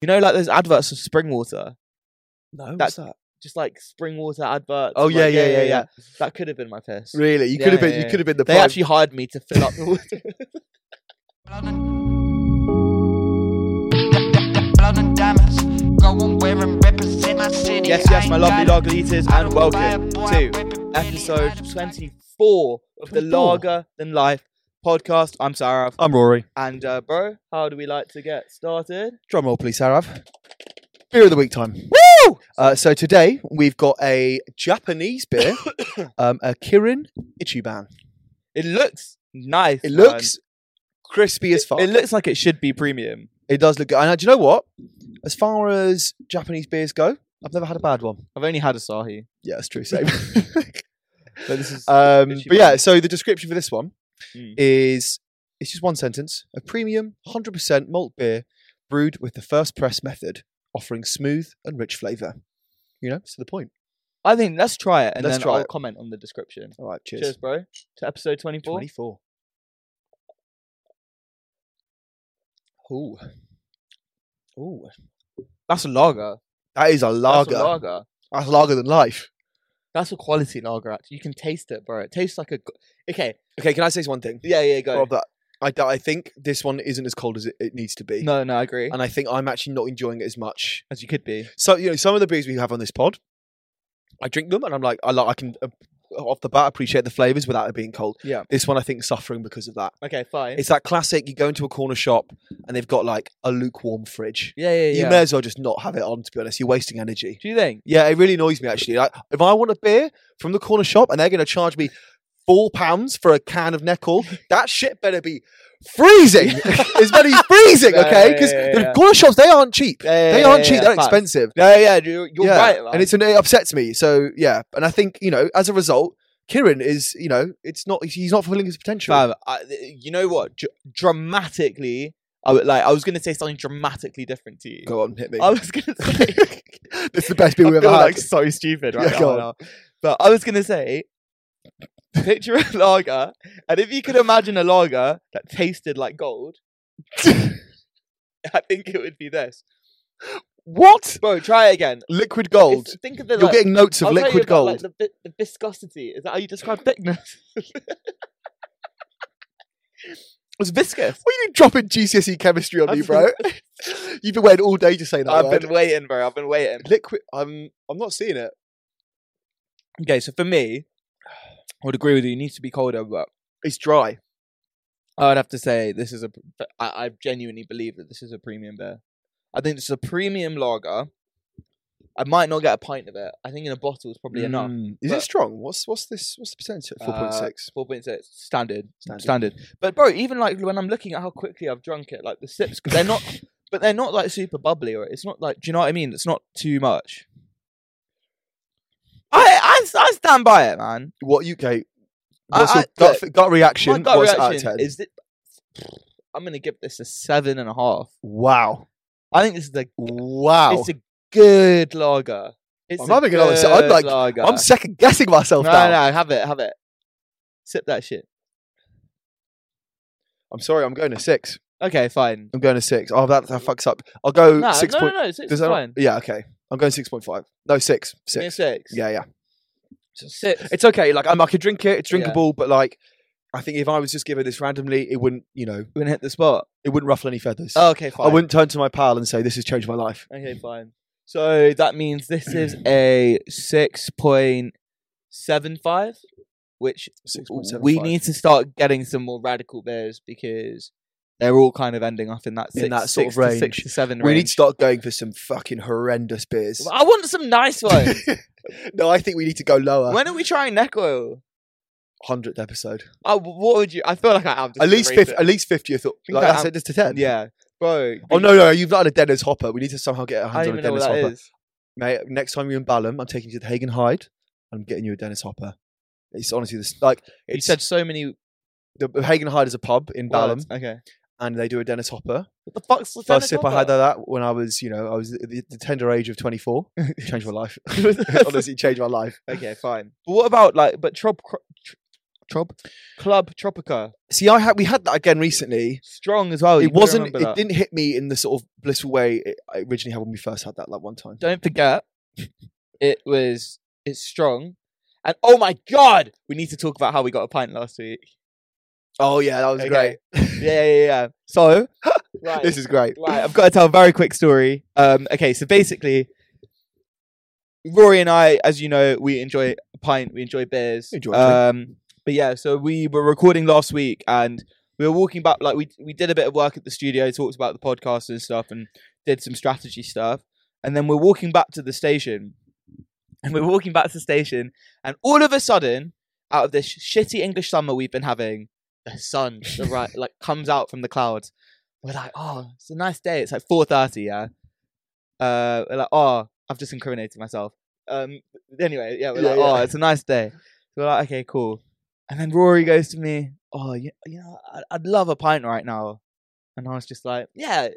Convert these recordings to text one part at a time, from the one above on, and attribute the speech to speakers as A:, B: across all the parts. A: You know, like those adverts for spring water,
B: No,
A: That-
B: what's that?
A: just like spring water adverts.
B: Oh,
A: like,
B: yeah, yeah, yeah, yeah.
A: That could have been my piss.
B: Really, you
A: Yeah,
B: could have been.
A: yeah,
B: You
A: yeah.
B: could have been the.
A: They
B: prime-
A: actually hired me to fill up the water.
C: Blood and diamonds, go on wear and represent my city.
A: yes, yes, my lovely log eaters, and welcome to episode 24 of the
B: 24.
A: Lager Than Life podcast. I'm Sarah,
B: I'm Rory.
A: and uh, bro, how do we like to get started?
B: Drum roll, please, Harav. Beer of the week time.
A: Woo!
B: Uh, so today we've got a Japanese beer, um, a Kirin Ichiban.
A: It looks nice.
B: It
A: man.
B: looks crispy as fuck.
A: It looks like it should be premium.
B: It does look good. And uh, do you know what? As far as Japanese beers go, I've never had a bad one.
A: I've only had Asahi,
B: Yeah, that's true. Same.
A: but this is
B: um,
A: Ichiban.
B: but yeah, so the description for this one
A: Mm.
B: is it's just one sentence: a premium, hundred percent malt beer brewed with the first press method, offering smooth and rich flavour. You know, it's to the point.
A: I think let's try it and
B: Let's
A: then
B: try
A: I'll
B: it.
A: comment on the description.
B: All right, cheers.
A: Cheers, bro. To episode 24.
B: Twenty-four. Ooh, ooh,
A: That's a lager.
B: that is a lager.
A: That's a lager.
B: That's lager than life.
A: That's a quality lager. Actually. You can taste it, bro. It tastes like a. g- Okay.
B: Okay, can I say one thing?
A: Yeah, yeah, go.
B: Rob, that I, d- I think this one isn't as cold as it, it needs to be.
A: No, no, I agree.
B: And I think I'm actually not enjoying it as much.
A: As you could be.
B: So, you know, some of the beers we have on this pod, I drink them and I'm like, I, like, I can, uh, off the bat, appreciate the flavours without it being cold.
A: Yeah.
B: This one, I think, is suffering because of that.
A: Okay, fine.
B: It's that classic you go into a corner shop and they've got like a lukewarm fridge.
A: yeah, yeah, yeah.
B: You may as well just not have it on, to be honest. You're wasting energy.
A: Do you think?
B: Yeah, it really annoys me actually. Like, if I want a beer from the corner shop and they're going to charge me four pounds for a can of Neckel, that shit better be freezing. it's better be freezing,
A: Yeah,
B: okay?
A: yeah,
B: Because
A: yeah,
B: the
A: yeah.
B: corner shops they aren't cheap. They aren't cheap. They're
A: fine.
B: expensive.
A: Yeah, yeah, you're, you're
B: yeah,
A: right. man.
B: and it's and it upsets me. So yeah, and I think you know as a result, Kieran is you know it's not he's not fulfilling his potential.
A: Fam, I, you know what? Dr- dramatically, I would, like I was gonna say something dramatically different to you.
B: Go on, hit me.
A: I was gonna say
B: It's the best beer
A: I
B: we've ever
A: feel
B: had.
A: like so stupid right
B: Yeah,
A: now,
B: go
A: I know. But I was gonna say, picture a lager, and if you could imagine a lager that tasted like gold, I think it would be this.
B: what?
A: Bro, try it again.
B: Liquid
A: It's-
B: gold.
A: think of the
B: You're
A: like,
B: getting notes of
A: I'll tell you
B: liquid
A: about, like,
B: gold.
A: the, vi- the viscosity is that how you describe thickness? it's viscous.
B: What are you dropping GCSE E chemistry on me, bro? You've been waiting all day to say that.
A: I've
B: word.
A: been waiting, bro. I've been waiting.
B: liquid. I'm. I'm not seeing it.
A: Okay, so for me, I would agree with you. It needs to be colder, but
B: It's dry.
A: I would have to say this is a. pr- but I, I genuinely believe that this is a premium beer. I think this is a premium lager. I might not get a pint of it. I think in a bottle is probably enough.
B: Mm, Is it
A: but-
B: strong? What's what's this? What's the percentage? Four point six.
A: Four point six standard,
B: Standard.
A: standard, But bro, even like when I'm looking at how quickly I've drunk it, like the sips, 'cause they're not, but they're not like super bubbly, or it's not like, do you know what I mean? It's not too much. I I, I stand by it, man.
B: What you okay?
A: I-
B: What's
A: I-
B: your gut,
A: look,
B: f- gut reaction?
A: My gut
B: what's it
A: reaction
B: out of ten?
A: is that I'm gonna give this a seven and a half.
B: wow,
A: I think this is a
B: wow.
A: It's a good lager. It's
B: I'm having another sip. I'm like-
A: lager.
B: I'm second guessing
A: no,
B: myself
A: no,
B: now.
A: have it, have it. Sip that shit.
B: I'm sorry. I'm going to six.
A: Okay, fine.
B: I'm going to six. Oh, that, that fucks up. I'll go
A: No,
B: six
A: no,
B: point.
A: no, no, six
B: does
A: is
B: that not-
A: fine.
B: Yeah. Okay. I'm going six point five. No, six.
A: Give me a
B: Six.
A: six.
B: Yeah. Yeah.
A: So six.
B: It's okay. Like I'm, I could drink it. It's
A: Yeah.
B: drinkable, but like. I think if I was just given this randomly, it wouldn't, you know,
A: gonna hit the spot.
B: it wouldn't ruffle any feathers.
A: Oh, okay, fine.
B: I wouldn't turn to my pal and say, "This has changed my life."
A: Okay, fine. So that means this is a six point seven five, which
B: Six
A: we need to start getting some more radical beers because they're all kind of ending up in that
B: In
A: six,
B: that sort
A: six
B: of
A: to six
B: range.
A: to seven
B: We need to
A: range.
B: start going for some fucking horrendous beers.
A: I want some nice ones.
B: no, I think we need to go lower.
A: when are we trying neck oil?
B: Hundredth episode,
A: I, what would you? I feel like I am.
B: at least fifth, at least fiftieth. Like
A: I
B: I
A: am-
B: said, this to ten.
A: Yeah, bro.
B: Oh no, no, you've not had a Dennis Hopper. We need to somehow get our
A: I
B: hands
A: don't
B: on a
A: even know what
B: Dennis
A: that
B: Hopper,
A: is.
B: mate. Next time you're in Balham, I'm taking you to the Hagen Hyde. I'm getting you a Dennis Hopper. It's honestly this like
A: You
B: it's
A: said so many
B: the Hagen Hyde is a pub in Balham,
A: words. Okay.
B: and they do a Dennis Hopper.
A: What the fuck's the
B: First sip I had of that when I was, you know, I was at the, the tender age of 24. changed my life. Honestly, changed my life.
A: okay, fine. But what about like? But trop, tr- Trop, Club Tropica,
B: See, I had we had that again recently.
A: strong as well. Oh, you
B: it
A: gotta
B: wasn't.
A: remember
B: It
A: that.
B: didn't hit me in the sort of blissful way it, I originally had when we first had that like one time.
A: Don't forget, it was it's strong, and oh my god, we need to talk about how we got a pint last week.
B: Oh yeah, that was
A: Okay.
B: great.
A: Yeah, yeah, yeah. So, right.
B: This is great.
A: Right, I've got to tell a very quick story. Um, okay, so basically, Rory and I, as you know, we enjoy a pint, we enjoy beers.
B: We enjoy a drink.
A: um, but yeah, so we were recording last week and we were walking back, like, we, we did a bit of work at the studio, talked about the podcast and stuff, and did some strategy stuff. And then we're walking back to the station. And we're walking back to the station, and all of a sudden, out of this shitty English summer we've been having, the sun, the right, like comes out from the clouds. We're like, oh, it's a nice day. It's like four thirty, yeah. Uh, we're like, oh, I've just incriminated myself. Um, anyway, yeah, we're
B: Yeah,
A: like,
B: yeah.
A: oh, it's a nice day. We're like, okay, cool. And then Rory goes to me, oh, you, you know, I'd, I'd love a pint right now. And I was just like, yeah,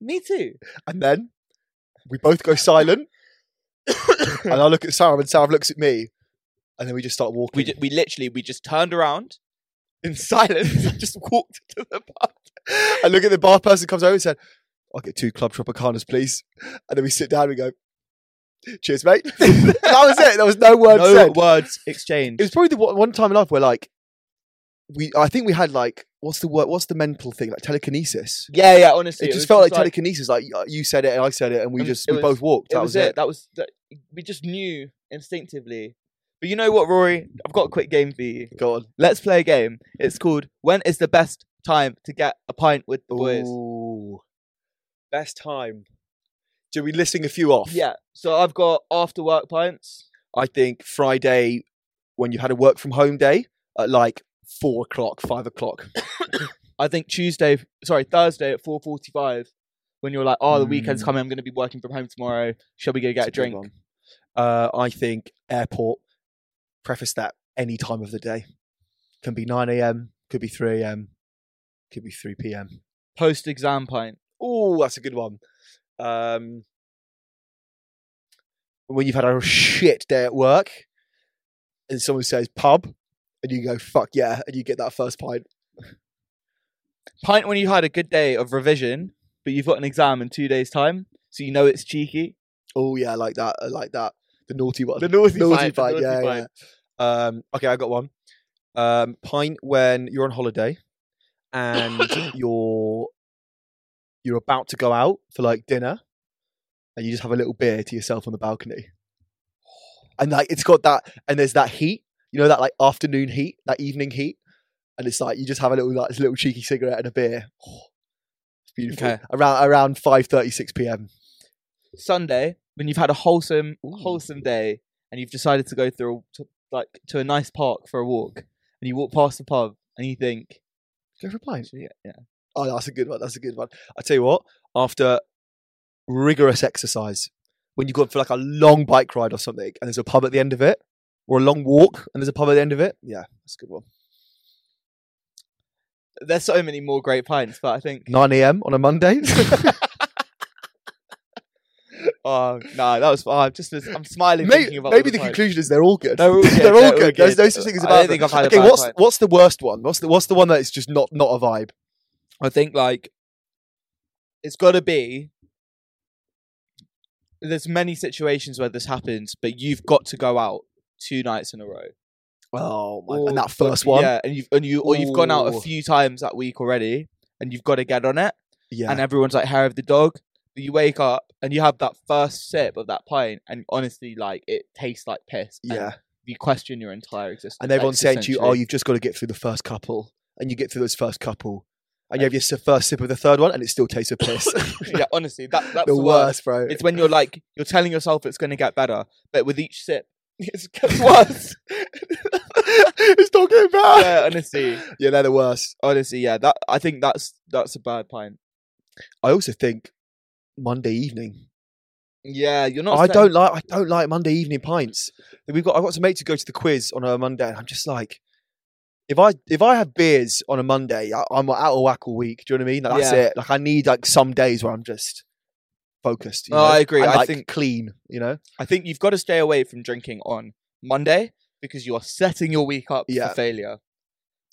A: me too.
B: And then we both go silent, and I look at Sarah, and Sarah looks at me, and then we just start walking.
A: We ju- we literally we just turned around in silence, and just walked to the pub.
B: I look at the bar person comes over and said, I'll get two Club Tropicanas, please. And then we sit down and we go, cheers, mate. that was it. There was no word
A: no
B: said.
A: words exchanged.
B: It was probably the one one time in life where, like, we, I think we had, like, what's the word, what's the mental thing? Like telekinesis.
A: yeah, yeah. Honestly,
B: It, just
A: was
B: felt like, telekinesis. Like, y- you said it and I said it and we
A: Um,
B: just,
A: it
B: we
A: was-
B: both walked.
A: it
B: That
A: was, it. That was that, we just knew instinctively. But you know what, Rory? I've got a quick game for you.
B: Go on.
A: Let's play a game. It's called "When is the best time to get a pint with the boys?"
B: Ooh. Best time. Do we listing a few off?
A: Yeah. So I've got after work pints.
B: I think Friday, when you had a work from home day at like four o'clock, five o'clock.
A: I think Tuesday, sorry, Thursday at four forty-five. When you're like, oh, the weekend's
B: Mm.
A: coming, I'm going to be working from home tomorrow. Shall we go get a
B: It's good
A: drink?
B: one. Uh, I think airport. Preface that any time of the day can be nine a.m., could be three a.m., could be three p.m.
A: Post exam pint.
B: Oh, that's a good one. Um, when you've had a shit day at work, and someone says pub, and you go fuck yeah, and you get that first pint.
A: Pint when you had a good day of revision, but you've got an exam in two days' time, so you know it's cheeky.
B: Oh yeah, I like that. I like that. The naughty one.
A: naughty,
B: naughty pint. E
A: E
B: yeah, yeah. Um, okay, I got one. Um, pint when you're on holiday and you're you're about to go out for like dinner, and you just have a little beer to yourself on the balcony, and like it's got that, and there's that heat, you know, that like afternoon heat, that evening heat, and it's like you just have a little like this little cheeky cigarette and a beer. it's beautiful.
A: Okay.
B: Around around five thirty six p.m.
A: Sunday when you've had a wholesome,
B: Ooh.
A: wholesome day, and you've decided to go through to, like to a nice park for a walk, and you walk past the pub and you think,
B: Go for a pint.
A: "Actually, yeah,
B: Oh, that's a good one. That's a good one. I tell you what, after rigorous exercise, when you go for like a long bike ride or something, and there's a pub at the end of it, or a long walk, and there's a pub at the end of it, yeah, that's a good one.
A: there's so many more great pints, but I think
B: 9 a.m. on a Monday.
A: oh no, that was oh, I'm just I'm smiling
B: maybe
A: thinking about
B: maybe
A: all the,
B: the
A: pints.
B: conclusion is they're all good.
A: They're all good,
B: they're all
A: they're all
B: good. There's
A: good.
B: no such thing as a
A: I don't
B: bad
A: think
B: one.
A: I've had a
B: Okay,
A: bad
B: what's
A: pint.
B: what's the worst one? What's the what's the one that is just not not a vibe?
A: I think like it's got to be. There's many situations where this happens, but you've got to go out two nights in a row.
B: Oh
A: Or-
B: and that
A: but-
B: first one.
A: yeah, and you've and you or you've gone out a
B: Ooh.
A: few times that week already, and you've got to get on it,
B: Yeah.
A: and uh, everyone's like hair of the dog. But you wake up and you have that first sip of that pint, and honestly, like it tastes like piss. and
B: yeah.
A: you question your entire existence.
B: and everyone's saying to you, "Oh,
A: existentially.
B: you've just got to get through the first couple," and you get through those first couple, and you have your s- first sip of the third one, and it still tastes of piss.
A: yeah." Honestly, that that's
B: the
A: worst.
B: worst, bro.
A: It's when you're like you're telling yourself it's going to get better, but with each sip, it's gets worse.
B: it's not getting better.
A: yeah, honestly,
B: Yeah, they're the worst.
A: honestly, yeah. That I think that's that's a bad pint.
B: I also think Monday evening.
A: Yeah, you're not.
B: I
A: setting-
B: don't like. I don't like Monday evening pints. We've got. I've got some mates who go to the quiz on a Monday, and I'm just like, if I if I have beers on a Monday, I, I'm out of whack all week. Do you know what I mean? Like, that's
A: Yeah.
B: it. Like I need like some days where I'm just focused. you
A: No,
B: know?
A: I agree.
B: And,
A: I
B: like,
A: think-
B: clean. You know.
A: I think you've got to stay away from drinking on Monday because you are setting your week up
B: Yeah.
A: for failure.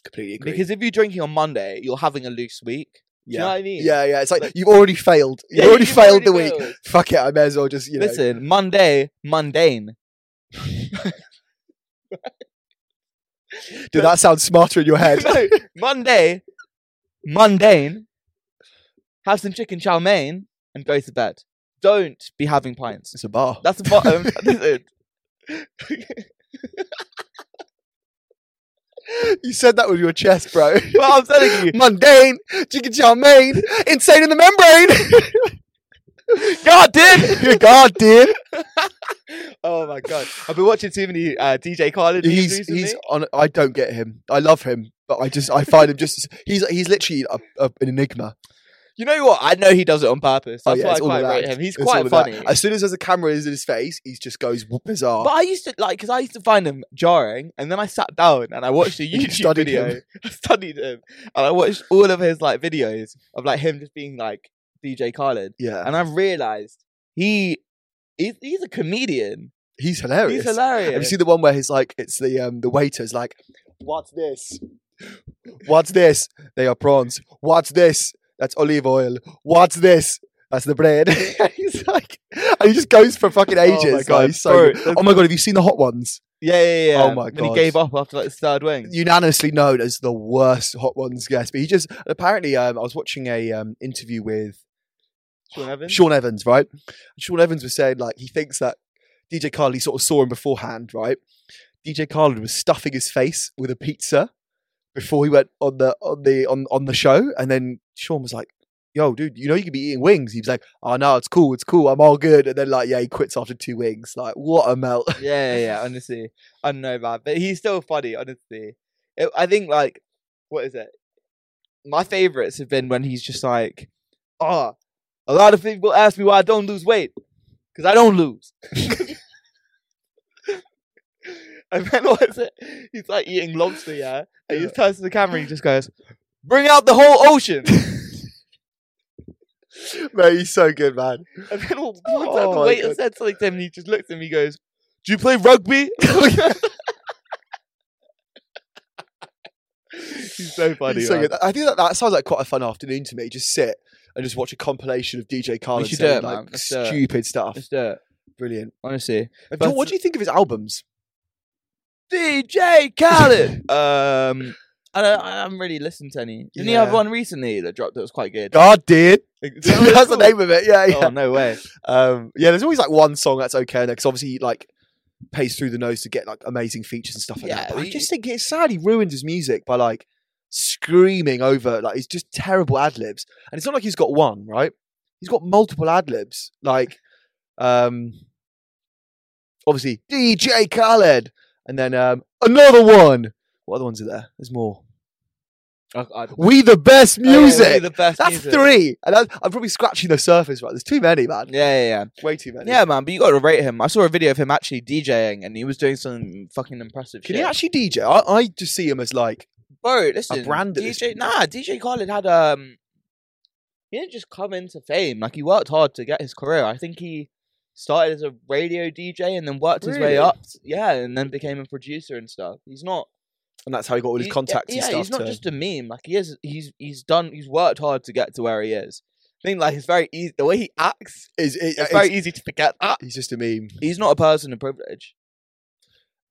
B: Completely agree.
A: Because if you're drinking on Monday, you're having a loose week. Do
B: yeah.
A: you know what I mean?
B: yeah, yeah. It's like, you've already failed. You've
A: Yeah,
B: already
A: you've
B: failed the
A: already
B: week.
A: failed.
B: Fuck it. I may as well just you know.
A: Listen, Monday, mundane.
B: Dude, that sounds smarter in your head.
A: No, Monday, mundane. Have some chicken chow mein and go to bed. Don't be having pints.
B: it's a bar.
A: That's the bottom. Listen,
B: you said that with your chest, bro.
A: well, I'm telling you,
B: Mundane, chicken chow mein, insane in the membrane.
A: God did.
B: God, dude.
A: Oh my god, I've been watching too many uh, DJ Khaled. videos
B: He's
A: recently.
B: he's on. I don't get him. I love him, but I just I find him just he's he's literally a, a, an enigma.
A: You know what? I know he does it on purpose.
B: Oh,
A: That's
B: yeah,
A: why I
B: it's all
A: quite
B: an
A: rate
B: act.
A: him. He's
B: It's all
A: quite
B: of that.
A: funny.
B: As soon as there's a camera in his face, he just goes w- bizarre.
A: But I used to like because I used to find him jarring, and then I sat down and I watched a
B: You
A: YouTube
B: studied
A: video.
B: him.
A: I studied him, and I watched all of his like videos of like him just being like DJ Khaled,
B: yeah,
A: and I realized he he's, he's a comedian.
B: he's hilarious.
A: He's hilarious.
B: Have you seen the one where he's like, it's the um the waiter's like, what's this? What's this? They are prawns. What's this? That's olive oil. What's this? That's the bread. he's like, and he just goes for fucking
A: Oh my
B: ages. like,
A: God,
B: he's so
A: bro,
B: good.
A: that's-
B: oh my god, have you seen the hot ones?
A: yeah, yeah, yeah.
B: Oh my
A: When
B: God.
A: he gave up after like the third wing.
B: unanimously known as the worst Hot Ones guest. But he just apparently, um, I was watching a um, interview with
A: Sean Evans.
B: Sean Evans, right? Sean Evans was saying like he thinks that DJ Khaled he sort of saw him beforehand, right? DJ Khaled was stuffing his face with a pizza before he went on the on the on on the show, and then Sean was like. Yo, dude, you know you could be eating wings. He was like, "Oh no, it's cool, it's cool, I'm all good." And then like, yeah, he quits after two wings. Like, what a melt!
A: yeah, yeah, yeah. Honestly, I don't know, man, but he's still funny. Honestly, it, I think like, what is it? My favorites have been when he's just like, ah, a lot of people ask me why I don't lose weight because I don't lose. and then what is it? He's like eating lobster, yeah, and he just turns to the camera and he just goes, "Bring out the whole ocean."
B: Man, he's so good, man.
A: And then all,
B: Oh
A: one time the
B: my
A: waiter
B: God.
A: said something to him, and he just looked at me. He goes, "Do you play rugby?" He's so funny.
B: It's so
A: man.
B: good. I think that, that sounds like quite a fun afternoon to me. Just sit and just watch a compilation of DJ Khaled
A: should do
B: saying
A: it, man.
B: like
A: Let's do it.
B: stupid stuff.
A: Let's do it.
B: Brilliant.
A: Honestly,
B: And
A: But-
B: John, what do you think of his albums?
A: DJ Khaled. um, I don't. I haven't really listened to any. Didn't he
B: Yeah.
A: have one recently that dropped that was quite good?
B: God, did
A: Is that what it's
B: that's the
A: called?
B: name of it. Yeah, yeah.
A: Oh no way!
B: Um, yeah. There's always like one song that's okay in there because obviously he, like pays through the nose to get like amazing features and stuff like that.
A: Yeah,
B: But I
A: he-
B: just think it's sad he ruined his music by like screaming over like it's just terrible ad libs. And it's not like he's got one right. He's got multiple ad libs. Like, um, obviously DJ Khaled, and then um, another one. What other ones are there? There's more.
A: I- I-
B: We the best
A: Oh, yeah,
B: music.
A: really the best
B: That's
A: music.
B: three. And I'm, I'm probably scratching the surface, right? There's too many, man.
A: Yeah, yeah, yeah.
B: Way too many.
A: Yeah, man, but you got to rate him. I saw a video of him actually DJing, and he was doing some fucking impressive
B: Can
A: shit.
B: he actually DJ? I, I just see him as like,
A: Bro, listen,
B: brand at this
A: DJ, nah, DJ Khaled had um, he didn't just come into fame. Like he worked hard to get his career. I think he started as a radio DJ and then worked his
B: Really?
A: way up. Yeah, and then became a producer and stuff. He's not
B: and that's how he got all his
A: he-
B: contacts
A: Yeah,
B: and stuff.
A: he's not
B: to-
A: just a meme. Like he is, he's he's done. He's worked hard to get to where he is. I think like it's very easy. The way he acts,
B: is, it-
A: it's,
B: it's-
A: very easy to forget that
B: he's just a meme.
A: he's not a person of privilege.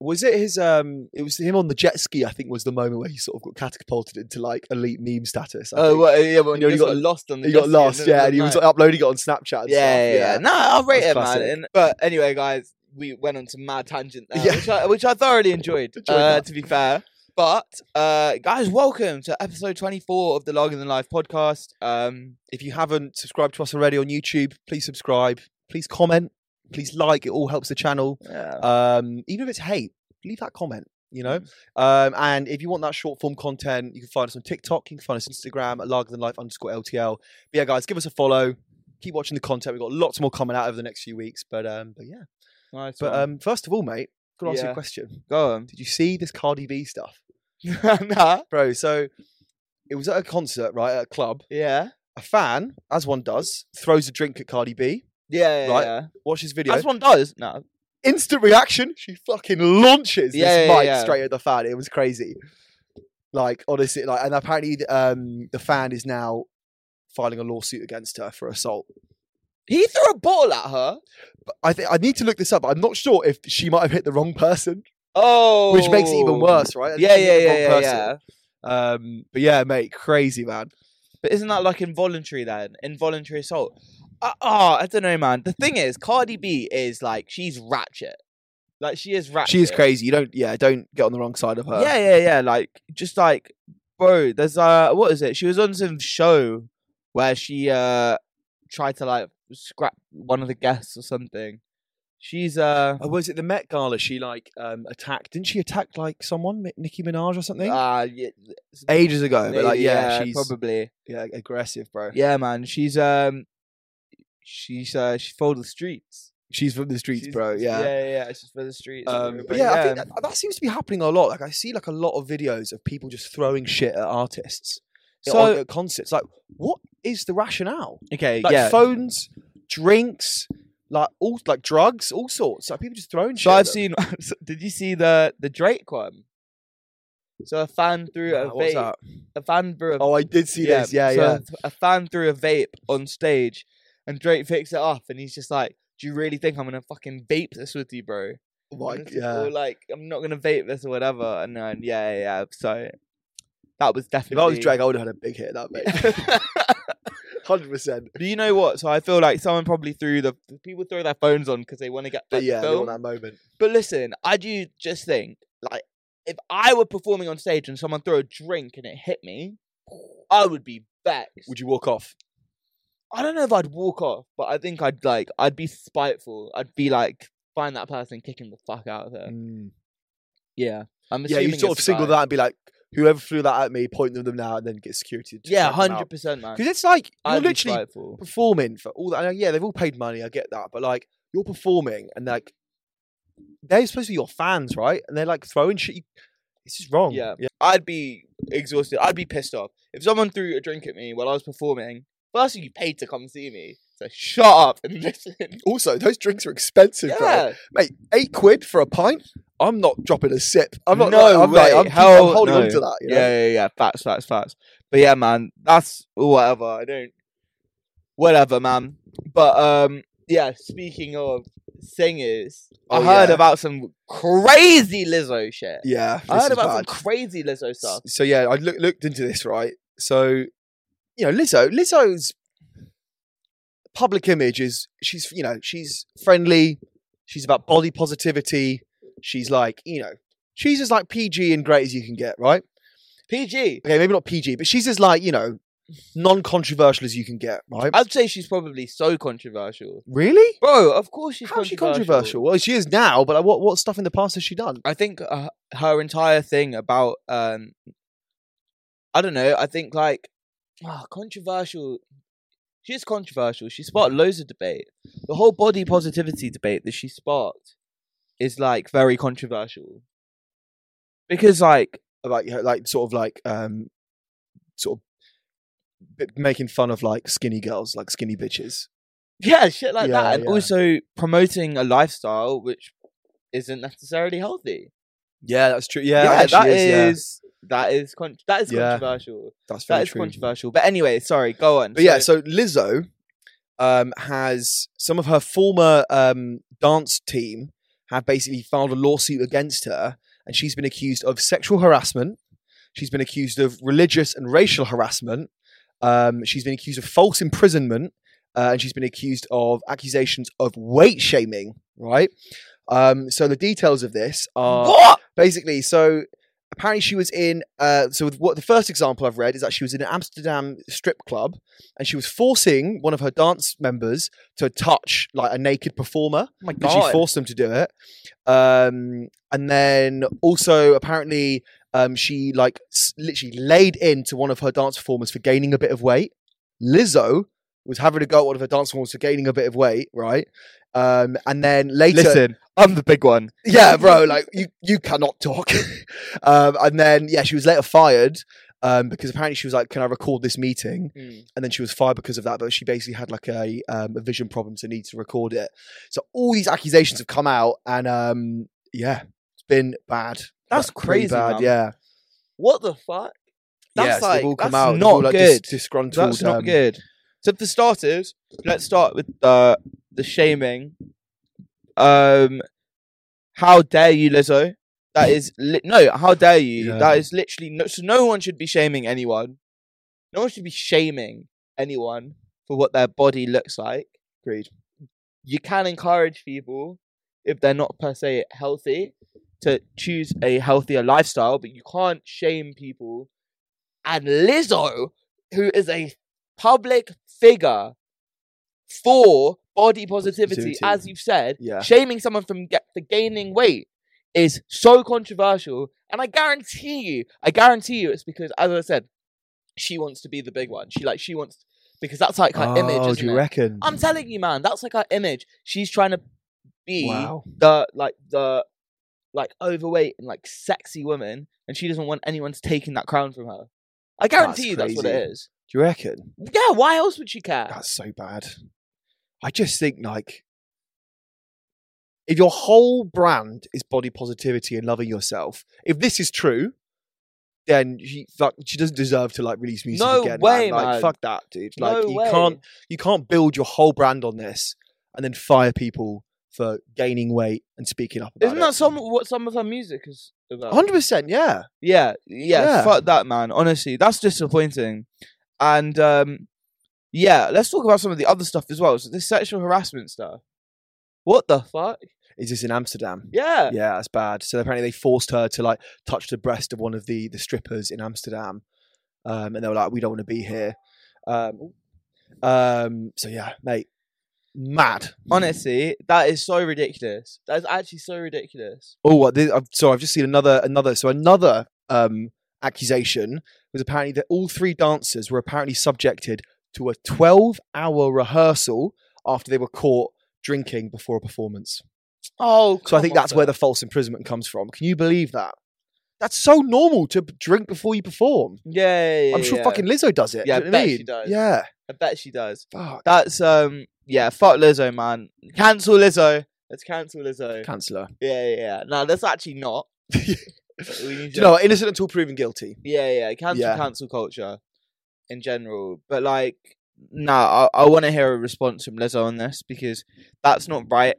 B: Was it his? Um, it was him on the jet ski. I think was the moment where he sort of got catapulted into like elite meme status. I
A: Oh
B: think.
A: well, yeah, well,
B: You know,
A: he
B: he
A: got,
B: got-
A: lost on the
B: he got
A: Jesse
B: lost,
A: the
B: yeah,
A: other
B: and he was
A: night.
B: like, uploading it on Snapchat.
A: yeah,
B: And stuff.
A: yeah, yeah. No, I'll rate
B: was
A: it,
B: classic.
A: man. And, but anyway, guys, we went on to mad tangent there,
B: Yeah.
A: which, I, which I thoroughly enjoyed.
B: Enjoyed
A: uh,
B: that.
A: to be fair. But uh, guys, welcome to episode twenty-four of the Log in the Life podcast. Um,
B: If you haven't subscribed to us already on YouTube, please subscribe. Please comment. Please like. It all helps the channel.
A: yeah.
B: um, even if it's hate, leave that comment. You know, um, and if you want that short form content, you can find us on TikTok. You can find us on Instagram at larger than life underscore LTL. But yeah, guys, give us a follow. Keep watching the content. We've got lots more coming out over the next few weeks. But um, but yeah.
A: Nice
B: But
A: one.
B: um, first of all, mate, gotta ask you
A: Yeah.
B: a question.
A: go on.
B: Did you see this Cardi B stuff,
A: nah.
B: bro? So it was at a concert, right, at a club.
A: Yeah.
B: A fan, as one does, throws a drink at Cardi B.
A: Yeah. yeah,
B: Right.
A: Yeah.
B: Watch this video.
A: As one does. No.
B: Instant reaction. She fucking launches
A: Yeah,
B: this
A: yeah,
B: mic
A: yeah.
B: straight at the fan. It was crazy. Like honestly, like and apparently the, um, the fan is now filing a lawsuit against her for assault.
A: He threw a bottle at her.
B: But I think I need to look this up. I'm not sure if she might have hit the wrong person,
A: Oh,
B: which makes it even worse, right? I think
A: Yeah,
B: she
A: yeah,
B: hit the
A: yeah,
B: wrong
A: yeah,
B: person.
A: yeah.
B: Um, but yeah, mate, crazy man.
A: But isn't that like involuntary then? Involuntary assault. Uh, oh, I don't know, man. The thing is, Cardi B is like she's ratchet. Like she is ratchet.
B: She is crazy. You don't, yeah, don't get on the wrong side of her.
A: Yeah, yeah, yeah. Like just like bro, there's uh what is it? She was on some show where she uh tried to like scrap one of the guests or something. She's uh
B: Uh, was it the Met Gala? She like um, attacked? Didn't she attack like someone, Ni- Nicki Minaj or something?
A: uh yeah,
B: Ages ago, but like, yeah, she's
A: probably
B: yeah aggressive, bro.
A: yeah, man. She's um she's uh she's for the streets.
B: She's from the streets,
A: She's-
B: bro. Yeah.
A: yeah, yeah. She's for the streets.
B: Um, but
A: But
B: yeah, I think that, that seems to be happening a lot. Like I see like a lot of videos of people just throwing shit at artists so,
A: So-
B: at concerts. Like, what is the rationale?
A: okay,
B: Like
A: yeah.
B: phones, drinks, like all like drugs, all sorts. Like people just throwing shit.
A: So
B: at
A: I've
B: them.
A: seen. did you see the the Drake one? So a fan threw a
B: Nah,
A: vape.
B: what's that?
A: A fan threw a
B: Oh, I did see this. Yeah,
A: so
B: yeah.
A: A fan threw a vape on stage, and Drake picks it up, and he's just like, "Do you really think I'm gonna fucking vape this with you, bro?
B: Like,
A: Or,
B: yeah.
A: like I'm not gonna vape this or whatever." And then yeah, yeah. yeah. So that was
B: If
A: definitely.
B: I was Drake, I would have had a big hit at that, mate. Hundred percent.
A: Do you know what? So I feel like someone probably threw the people throw their phones on because they want to get
B: But
A: that
B: yeah, they
A: film.
B: want that moment.
A: But listen, I do just think like if I were performing on stage and someone threw a drink and it hit me, I would be vexed.
B: Would you walk off?
A: I don't know if I'd walk off, but I think I'd like I'd be spiteful. I'd be like find that person kicking the fuck out of her. Yeah, I'm
B: Mm. Yeah,
A: assuming
B: you sort
A: it's
B: of single
A: spite.
B: that and be like, whoever threw that at me, point them them now, and then get security.
A: Yeah, hundred percent, man.
B: Because it's like you're
A: I'd be
B: literally
A: spiteful.
B: performing for all that. I know, yeah, they've all paid money. I get that, but like you're performing and like they're supposed to be your fans, right? And they're like throwing shit. You, it's just wrong.
A: Yeah. I'd be exhausted. I'd be pissed off if someone threw a drink at me while I was performing. Firstly, you paid to come see me, so shut up and listen.
B: Also, those drinks are expensive, bro.
A: yeah.
B: Mate, eight quid for a pint. I'm not dropping a sip. I'm not.
A: No
B: like, I'm, like,
A: way.
B: I'm, keep- I'm
A: Hell
B: holding on
A: no.
B: to that. You know?
A: Yeah, yeah, yeah. Facts, facts, facts. But yeah, man, that's whatever. I don't. Whatever, man. But um, yeah. Speaking of singers,
B: Oh,
A: I heard
B: yeah.
A: about some crazy Lizzo shit.
B: Yeah,
A: I
B: this
A: heard
B: is
A: about
B: bad.
A: some crazy Lizzo stuff.
B: S- So yeah, I look, looked into this right. So you know, Lizzo, Lizzo's public image is she's you know she's friendly, she's about body positivity, she's like you know she's as like PG and great as you can get, right?
A: PG.
B: Okay, maybe not PG, but she's as like you know non-controversial as you can get, right?
A: I'd say she's probably so controversial,
B: really?
A: bro. Of course she's
B: How is she controversial? Well, she is now, but like, what what stuff in the past has she done?
A: I think uh, her entire thing about um, I don't know. I think like ah, controversial. She is controversial. She sparked loads of debate. The whole body positivity debate that she sparked is like very controversial because like
B: Like her- like sort of like um sort of bit- making fun of like skinny girls, like skinny bitches.
A: yeah, shit like
B: Yeah,
A: that, and
B: yeah.
A: also promoting a lifestyle which isn't necessarily healthy.
B: Yeah, that's true.
A: Yeah,
B: that
A: that
B: is
A: is that is con- that is
B: Yeah.
A: controversial.
B: that's very
A: That is
B: true.
A: controversial. But anyway, sorry, go on.
B: But yeah, so Lizzo um, has some of her former um, dance team have basically filed a lawsuit against her, and she's been accused of sexual harassment. She's been accused of religious and racial harassment. Um, she's been accused of false imprisonment, uh, and she's been accused of accusations of weight shaming. Right. Um, so the details of this are
A: what?
B: basically so apparently she was in uh so with what the first example i've read is that she was in an amsterdam strip club and she was forcing one of her dance members to touch like a naked performer
A: Oh my
B: and she forced them to do it um and then also apparently um she like s- literally laid into one of her dance performers for gaining a bit of weight lizzo was having a go at one of her dance performers for gaining a bit of weight right um and then later
A: Listen, I'm the big one.
B: yeah, bro, like you, you cannot talk. um, and then yeah, she was later fired um, because apparently she was like, "Can I record this meeting?"
A: Hmm.
B: And then she was fired because of that. But she basically had like a, um, a vision problem, so needed to record it. So all these accusations have come out, and um, yeah, it's been bad.
A: That's
B: Like, pretty
A: crazy,
B: bad.
A: man.
B: Yeah,
A: What the fuck? That's
B: yeah, so
A: like
B: they've all come
A: that's
B: out. they've
A: not
B: all, like, dis-
A: good.
B: disgruntled.
A: That's not
B: um,
A: good. So for starters, let's start with the the shaming. Um, how dare you, Lizzo? That is li- no. How dare you?
B: Yeah.
A: That is literally no. So no one should be shaming anyone. No one should be shaming anyone for what their body looks like.
B: Agreed.
A: You can encourage people if they're not per se healthy to choose a healthier lifestyle, but you can't shame people. And Lizzo, who is a public figure for body positivity,
B: Positivity.
A: as you've said,
B: Yeah.
A: shaming someone from get, for gaining weight is so controversial. And I guarantee you, I guarantee you, it's because, as I said, she wants to be the big one. She like she wants because that's like her image.
B: Oh,
A: Isn't
B: do you
A: it?
B: reckon?
A: I'm telling you, man, that's like her image. She's trying to be
B: wow.
A: the like the like overweight and like sexy woman, and she doesn't want anyone to taking that crown from her. I guarantee you that's what it
B: crazy.
A: is.
B: Do you reckon?
A: Yeah, why else would she care?
B: That's so bad. I just think like if your whole brand is body positivity and loving yourself, if this is true, then she like, she doesn't deserve to like release music
A: No
B: again.
A: way,
B: man. Like,
A: man.
B: Fuck that, dude. Like
A: No
B: you
A: way.
B: can't you can't build your whole brand on this and then fire people for gaining weight and speaking up about
A: Isn't
B: it.
A: that some what some of her music is about?
B: Hundred percent, yeah.
A: Yeah, yeah,
B: Yeah.
A: Fuck that, man. Honestly, that's disappointing. And um, yeah, let's talk about some of the other stuff as well. So this sexual harassment stuff. What the fuck?
B: Is this in Amsterdam?
A: Yeah.
B: Yeah, that's bad. So apparently they forced her to like touch the breast of one of the the strippers in Amsterdam, um, and they were like, "We don't want to be here." Um, um, so yeah, mate, mad.
A: Honestly, that is so ridiculous. That is actually so ridiculous.
B: Oh, what? This, I've, so I've just seen another another so another um, accusation was apparently that all three dancers were apparently subjected to a twelve hour rehearsal after they were caught drinking before a performance.
A: Oh,
B: So I think that's where the false imprisonment comes from. Can you believe that? That's so normal to b- drink before you perform.
A: yeah, yeah,
B: I'm sure
A: yeah.
B: fucking Lizzo does it.
A: Yeah,
B: do you
A: I
B: know what I
A: bet
B: mean?
A: she does.
B: Yeah,
A: I bet she does.
B: fuck.
A: That's um, yeah. Fuck Lizzo, man. Cancel Lizzo. Let's cancel Lizzo.
B: Canceller.
A: Yeah, yeah. yeah. No, that's actually not.
B: do you
A: We need to
B: know, what? innocent until proven guilty.
A: Yeah, yeah, cancel
B: Yeah.
A: cancel culture in general. But like, nah, I, I want to hear a response from Lizzo on this because that's not right.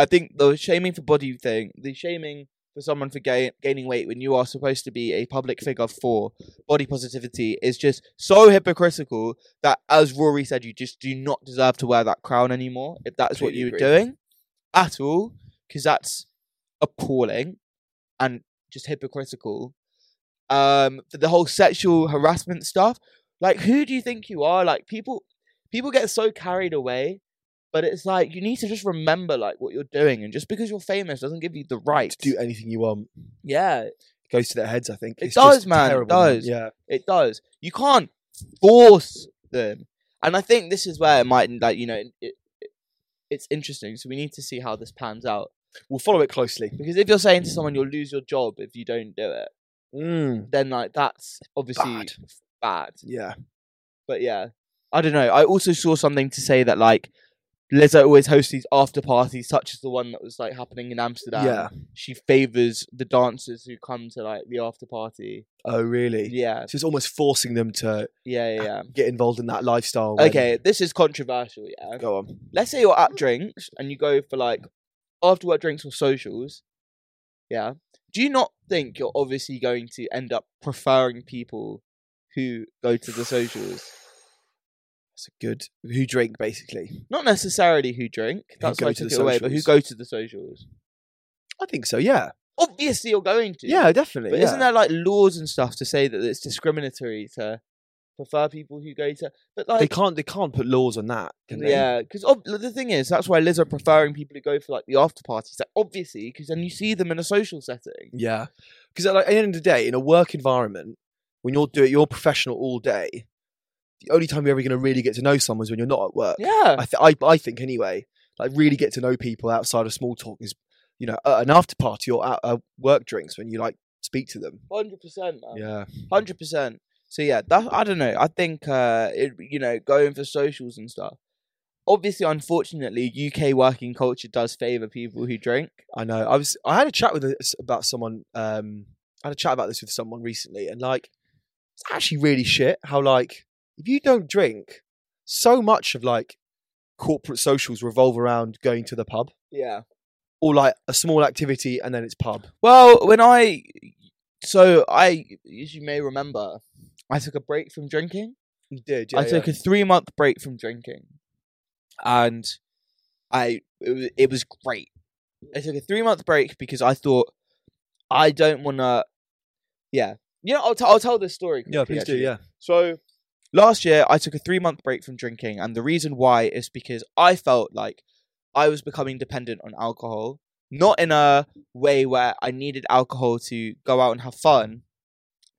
A: I think the shaming for body thing, the shaming for someone for gain, gaining weight when you are supposed to be a public figure for body positivity is just so hypocritical that, as Rory said, you just do not deserve to wear that crown anymore if that's what
B: Completely
A: you were
B: agree.
A: doing at all, because that's appalling and just hypocritical. Um, for the whole sexual harassment stuff, like who do you think you are? Like people, people get so carried away, but it's like you need to just remember like what you're doing, and just because you're famous doesn't give you the right.
B: To do anything you want
A: yeah,
B: goes to their heads. I think
A: It
B: It's just
A: does, man, it
B: terrible, man.
A: does.
B: Yeah,
A: It does. You can't force them, and I think this is where it might like you know it, it, it's interesting. So we need to see how this pans out
B: we'll follow it closely.
A: because if you're saying to someone you'll lose your job if you don't do it,
B: Mm,
A: then like that's obviously
B: Bad.
A: bad.
B: yeah,
A: But yeah, I don't know. I also saw something to say that like Lizzo always hosts these after parties, such as the one that was like happening in Amsterdam.
B: yeah.
A: she favors the dancers who come to like the after party.
B: Oh, really?
A: Yeah,
B: So it's almost forcing them to
A: yeah, yeah. yeah.
B: get involved in that lifestyle. when-
A: Okay, this is controversial. Yeah.
B: go on.
A: let's say you're at drinks and you go for like after work drinks or socials, yeah. Do you not think you're obviously going to end up preferring people who go to the socials?
B: That's a good. Who drink basically?
A: Not necessarily who drink, that's
B: go
A: why I
B: to
A: took
B: the
A: it away, but who
B: socials?
A: go to the socials.
B: I think so. Yeah.
A: Obviously, you're going to.
B: Yeah, definitely.
A: But
B: yeah.
A: isn't there like laws and stuff to say that it's discriminatory to prefer people who go to. But like.
B: they can't. They can't put laws on that. Can they?
A: Yeah, because the thing is, that's why Liz are preferring people who go for like the after parties. Like, obviously, because then you see them in a social setting.
B: Yeah, because at, like, at the end of the day, in a work environment, when you're doing you're professional all day, the only time you're ever going to really get to know someone is when you're not at work.
A: Yeah,
B: I, th- I I think anyway, like really get to know people outside of small talk is, you know, at an after party or at uh, work drinks when you like speak to them.
A: hundred percent, man.
B: Yeah,
A: Hundred percent. So yeah, that I don't know. I think uh, it, you know going for socials and stuff. Obviously, unfortunately, UK working culture does favour people who drink.
B: I know. I was I had a chat with this about someone um I had a chat about this with someone recently, and like, it's actually really shit how like if you don't drink, so much of like corporate socials revolve around going to the pub
A: Yeah.
B: or like a small activity and then it's pub.
A: Well, when I so I, as you may remember, I took a break from drinking.
B: You did.
A: I took a three month break from drinking, and I it was, it was great. I took a three month break because I thought I don't want to. Yeah, you know, I'll, t- I'll tell this story.
B: yeah,
A: quickly,
B: please do.
A: actually.
B: Yeah.
A: So last year, I took a three month break from drinking, and the reason why is because I felt like I was becoming dependent on alcohol, not in a way where I needed alcohol to go out and have fun.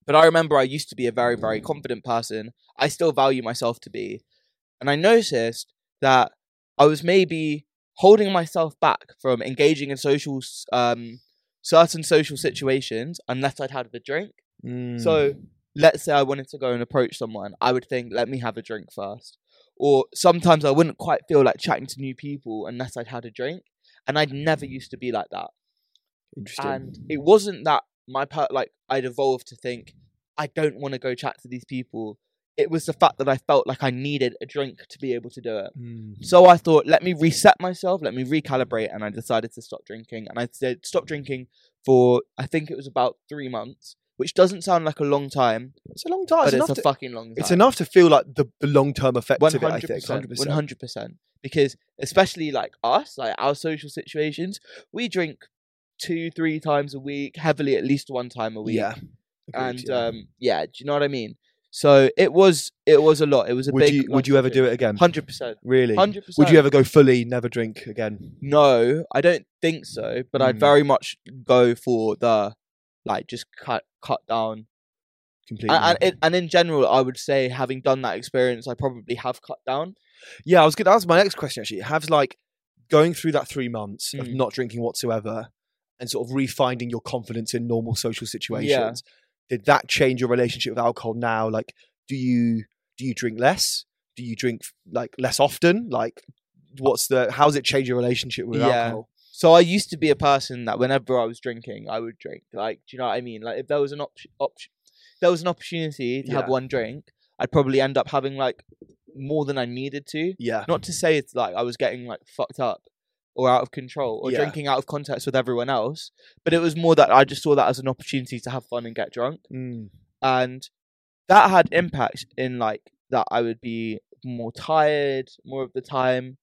A: But I remember I used to be a very, very confident person. I still value myself to be. And I noticed that I was maybe holding myself back from engaging in social, s- um, certain social situations unless I'd had the drink.
B: Mm,
A: So let's say I wanted to go and approach someone, I would think, let me have a drink first. Or sometimes I wouldn't quite feel like chatting to new people unless I'd had a drink. And I'd never used to be like that.
B: interesting.
A: And it wasn't that my part, like, I'd evolved to think, I don't want to go chat to these people. It was the fact that I felt like I needed a drink to be able to do it.
B: Mm.
A: So I thought, let me reset myself, let me recalibrate, and I decided to stop drinking. And I did stop drinking for I think it was about three months, which doesn't sound like a long time,
B: It's a long
A: but
B: time. It's,
A: it's,
B: enough
A: a
B: to,
A: fucking long time.
B: it's enough to feel like the, the long term effect
A: One
B: of it. I
A: hundred
B: think.
A: percent.
B: 100%.
A: One hundred percent. Because especially like us, like our social situations, we drink two, three times a week, heavily at least one time a week.
B: Yeah. Agreed,
A: And
B: yeah.
A: um, yeah, do you know what I mean? So it was, it was a lot. It was a
B: would
A: big.
B: you would you ever do it again?
A: Hundred percent.
B: Really?
A: Hundred percent.
B: Would you ever go fully never drink again?
A: No, I don't think so. But I'd
B: Mm.
A: very much go for the, like, just cut cut down.
B: Completely.
A: And and, it, and in general, I would say having done that experience, I probably have cut down.
B: yeah, I was gonna ask my next question actually. Have like going through that three months of
A: Mm.
B: not drinking whatsoever and sort of refinding your confidence in normal social situations. Did that change your relationship with alcohol now? Like, do you do you drink less? Do you drink like less often? Like, what's the how's it change your relationship with
A: Yeah.
B: alcohol?
A: So I used to be a person that whenever I was drinking, I would drink. Like, do you know what I mean? Like, if there was an option, option, there was an opportunity to have
B: Yeah.
A: one drink, I'd probably end up having like more than I needed to.
B: Yeah,
A: Not to say it's like I was getting like fucked up or out of control or
B: Yeah.
A: drinking out of context with everyone else, but it was more that I just saw that as an opportunity to have fun and get drunk,
B: Mm.
A: and that had impacts in like that I would be more tired more of the time.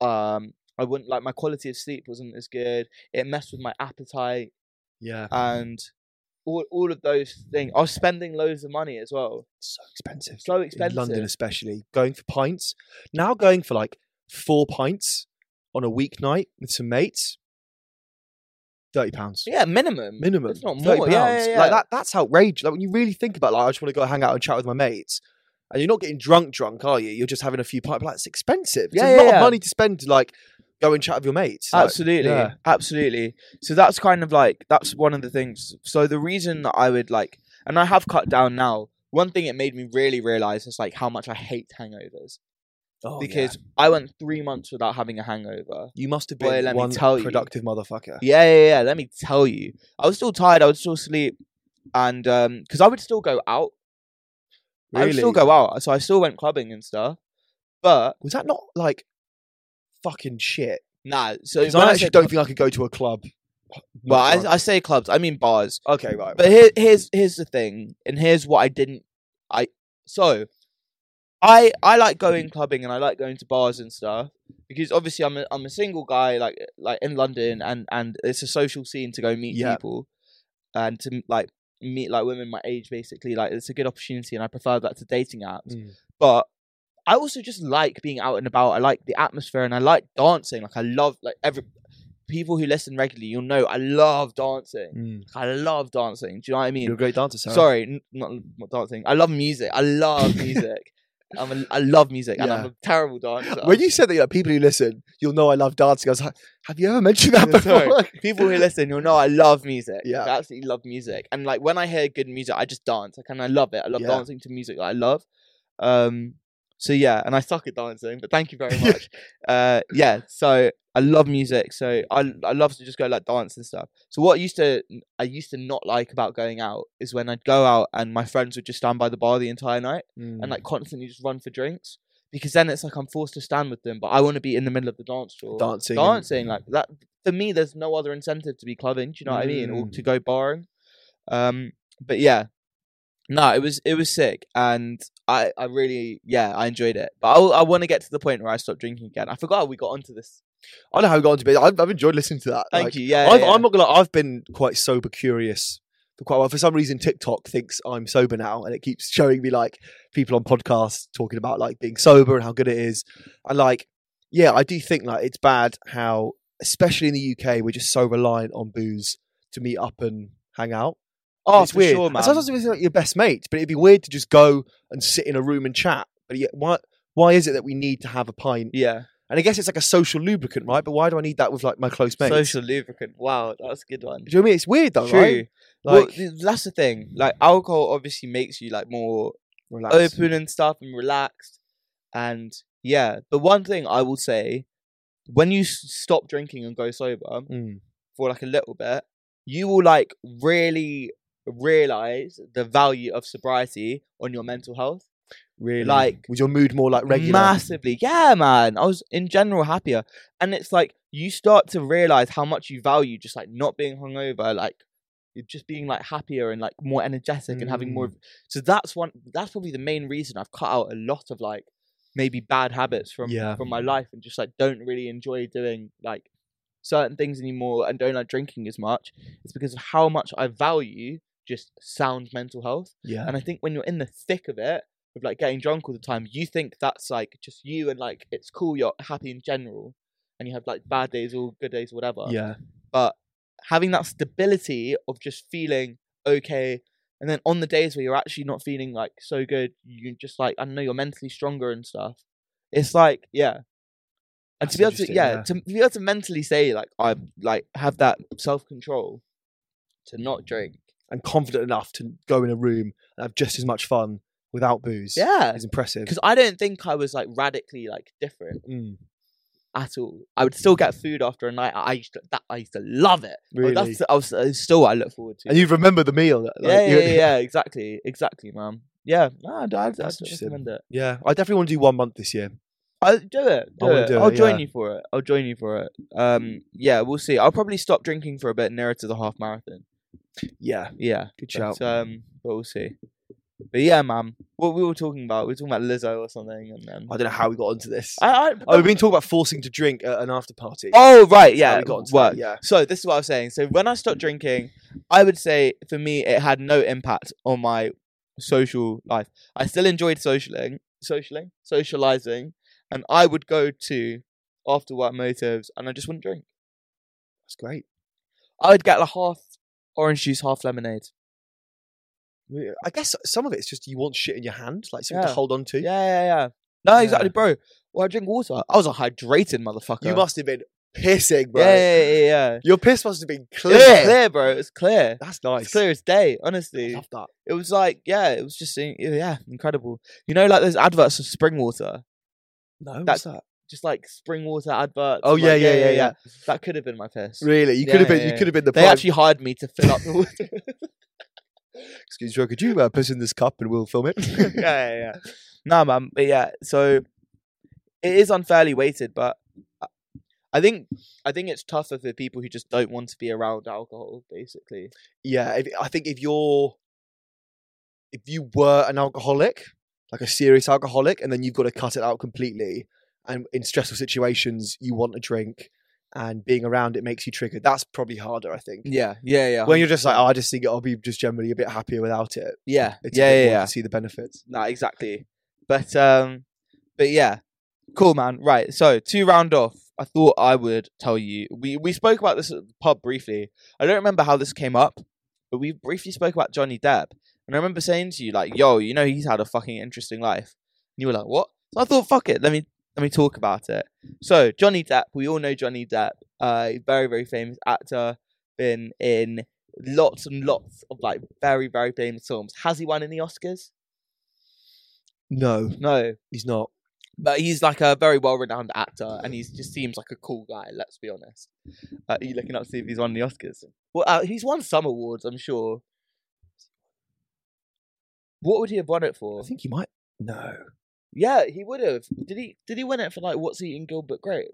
A: Um, I wouldn't like my quality of sleep wasn't as good. It messed with my appetite
B: yeah.
A: and all all of those things. I was spending loads of money as well.
B: so expensive.
A: So
B: in London
A: expensive.
B: especially, going for pints. Now going for like four pints on a weeknight with some mates, thirty pounds
A: Yeah, minimum.
B: minimum.
A: If not
B: £30.
A: more. Yeah, yeah, yeah.
B: Like that. That's outrageous. Like when you really think about, like, I just want to go hang out and chat with my mates, and you're not getting drunk, drunk, are you? You're just having a few pints. Like it's expensive. It's
A: Yeah,
B: a
A: yeah,
B: lot
A: yeah.
B: of money to spend to like go and chat with your mates. Like,
A: absolutely
B: yeah.
A: absolutely so that's kind of like that's one of the things so the reason that i would like and i have cut down now one thing it made me really realize is like how much i hate hangovers
B: oh, yeah.
A: because i went three months without having a hangover
B: you must have
A: Boy,
B: been
A: let me
B: one
A: tell you.
B: productive motherfucker.
A: yeah yeah yeah let me tell you i was still tired i would still sleep and um because i would still go out i would still
B: Really?
A: go out so i still went clubbing and stuff but
B: Was that not like fucking shit?
A: nah so
B: Because
A: when
B: I
A: I
B: actually
A: say
B: don't
A: club-
B: think I could go to a club.
A: well
B: not drunk.
A: I, I say clubs i mean bars
B: okay, right.
A: But here, here's here's the thing, and here's what I didn't. I so, I I like going clubbing and I like going to bars and stuff because obviously I'm a, I'm a single guy like like in London and and it's a social scene to go meet
B: Yeah.
A: people, and to like meet like women my age basically like it's a good opportunity and I prefer that to dating apps.
B: Mm.
A: But I also just like being out and about. I like the atmosphere and I like dancing. Like I love like every people who listen regularly, you'll know I love dancing.
B: Mm.
A: I love dancing. Do you know what I mean?
B: You're a great dancer, Sarah.
A: Sorry, n- not, not dancing. I love music. I love music. I'm a, I love music, and I'm
B: Yeah.
A: a terrible dancer.
B: When you said that, like, people who listen, you'll know I love dancing. I was like, have you ever mentioned that
A: Yeah,
B: before?
A: sorry. People who listen, you'll know I love music.
B: Yeah.
A: I absolutely love music. And like when I hear good music, I just dance. Like, and I love it. I love
B: Yeah.
A: dancing to music that I love. Um, so yeah, and I suck at dancing, but thank you very much. uh, yeah, so I love music, so I I love to just go like dance and stuff. So what I used to I used to not like about going out is when I'd go out and my friends would just stand by the bar the entire night and like constantly just run for drinks because then it's like I'm forced to stand with them, but I want to be in the middle of the dance floor
B: dancing, and-
A: dancing like that. For me, there's no other incentive to be clubbing. Do you know what I mean? Or
B: Mm.
A: to go barring. Um, but yeah, no, it was it was sick, and I I really yeah I enjoyed it. But I I want to get to the point where I stop drinking again. I forgot how we got onto this.
B: I know how we got on to be. I've, I've enjoyed listening to that.
A: Thank
B: like,
A: you. Yeah,
B: I've,
A: yeah.
B: I'm not gonna. lie, I've been quite sober curious for quite a while. For some reason, TikTok thinks I'm sober now, and it keeps showing me like people on podcasts talking about like being sober and how good it is. And like, yeah, I do think like it's bad how, especially in the UK, we're just so reliant on booze to meet up and hang out.
A: Oh,
B: it's
A: for
B: weird.
A: sure,
B: And
A: man.
B: sometimes it's like your best mate, but it'd be weird to just go and sit in a room and chat. But yet, why? Why is it that we need to have a pint?
A: yeah,
B: And I guess it's like a social lubricant, right? But why do I need that with like my close mates?
A: social lubricant. Wow, that's a good one.
B: Do you know what I mean? It's weird though,
A: True.
B: right?
A: well,
B: Like
A: th- that's the thing. Like alcohol obviously makes you like more
B: relax.
A: open and stuff and relaxed. And yeah, but one thing I will say, when you s- stop drinking and go sober
B: Mm.
A: for like a little bit, you will like really realize the value of sobriety on your mental health.
B: Really?
A: Like,
B: was your mood more like regular?
A: Massively. Yeah, man. I was in general happier. And it's like you start to realize how much you value just like not being hungover, like you're just being like happier and like more energetic and having more.
B: Mm.
A: of- So that's one. That's probably the main reason I've cut out a lot of like maybe bad habits from
B: Yeah.
A: from my life and just like don't really enjoy doing like certain things anymore and don't like drinking as much. It's because of how much I value just sound mental health.
B: yeah.
A: And I think when you're in the thick of it, with like getting drunk all the time, you think that's like just you and like it's cool, you're happy in general, and you have like bad days or good days or whatever.
B: Yeah.
A: But having that stability of just feeling okay, and then on the days where you're actually not feeling like so good, you just like I don't know you're mentally stronger and stuff. It's like yeah. And
B: That's
A: to be able to
B: interesting,
A: yeah,
B: yeah.
A: to be able to mentally say like I like have that self control to not drink.
B: I'm confident enough to go in a room and have just as much fun without booze.
A: Yeah.
B: It's impressive.
A: because I don't think I was like radically like different
B: Mm,
A: at all. I would still get food after a night. out. I used to that I used to love it. Well,
B: really.
A: that's I was it's still what I look forward to.
B: and you remember the meal. Like,
A: yeah, yeah,
B: you-
A: yeah, yeah, exactly, exactly, man. Yeah, no, I'd, I'd, I'd
B: That's interesting.
A: recommend it.
B: Yeah, I definitely want to do one month this year.
A: I'll do it. Do
B: wanna
A: it.
B: do
A: I'll
B: it,
A: join
B: yeah.
A: you for it. I'll join you for it. Um, yeah, we'll see. I'll probably stop drinking for a bit nearer to the half marathon.
B: Yeah.
A: Yeah,
B: Good shout.
A: but, um, but we'll see. But yeah, man, what we were talking about, we were talking about Lizzo or something, and then
B: I don't know how we got onto this.
A: I, I,
B: oh, we've been talking about forcing to drink at an after party.
A: oh right,
B: That's how
A: yeah,
B: we got onto that,
A: work.
B: Yeah.
A: So this is what I was saying. So when I stopped drinking, I would say for me it had no impact on my social life. I still enjoyed socialing, socialing, socializing, and I would go to after work motives, and I just wouldn't drink.
B: That's great.
A: I would get a half orange juice, half lemonade.
B: Yeah. I guess some of it's just you want shit in your hand, like something to
A: Yeah.
B: hold on to.
A: Yeah, yeah, yeah. No,
B: Yeah.
A: exactly, bro. Well, I drink water. I was a hydrated motherfucker.
B: You must have been pissing, bro.
A: Yeah, yeah, yeah, yeah.
B: Your piss must have been
A: Clear.
B: clear.
A: It was clear, bro. It was clear.
B: That's
A: It's
B: nice.
A: clear as day,
B: I
A: honestly.
B: love that.
A: it was like yeah, it was just in- yeah, incredible. You know, like those adverts of spring water,
B: No,
A: That's-
B: that's that.
A: just like spring water adverts.
B: Oh
A: like,
B: yeah, yeah, yeah, yeah,
A: That could have been my piss.
B: Really, you
A: Yeah,
B: could have been,
A: yeah,
B: you
A: yeah.
B: could have been the.
A: They
B: prime-
A: actually hired me to fill up the water.
B: Excuse me, could you uh, piss in this cup and we'll film it?
A: yeah, yeah, yeah. No, man, but yeah. So it is unfairly weighted, but I- I think I think it's tougher for people who just don't want to be around alcohol, basically.
B: yeah, if, I think if you're, if you were an alcoholic, like a serious alcoholic, and then you've got to cut it out completely, and in stressful situations you want a drink, and being around it makes you triggered. That's probably harder, I think.
A: Yeah, yeah, yeah.
B: When you're just like, oh, I just think I'll be just generally a bit happier without it.
A: yeah,
B: It's
A: yeah,
B: a bit
A: yeah,
B: more
A: yeah.
B: to see the benefits.
A: No, exactly. But um, but yeah, cool, man. Right. So to round off, I thought I would tell you. We we spoke about this at the pub briefly. I don't remember how this came up, but we briefly spoke about Johnny Depp, and I remember saying to you like, "Yo, you know he's had a fucking interesting life," and you were like, "What?" So I thought, "Fuck it, let me let me talk about it." So Johnny Depp, we all know Johnny Depp, uh, very very famous actor, been in lots and lots of like very very famous films. Has he won any Oscars?
B: No,
A: No,
B: he's not.
A: But he's like a very well renowned actor and he just seems like a cool guy, let's be honest. Uh, are you looking up to see if he's won the Oscars? Well, uh, he's won some awards, I'm sure. What would he have won it for?
B: I think he might. No.
A: Yeah, he would have. Did he? Did he win it for like what's eating Gilbert Grape?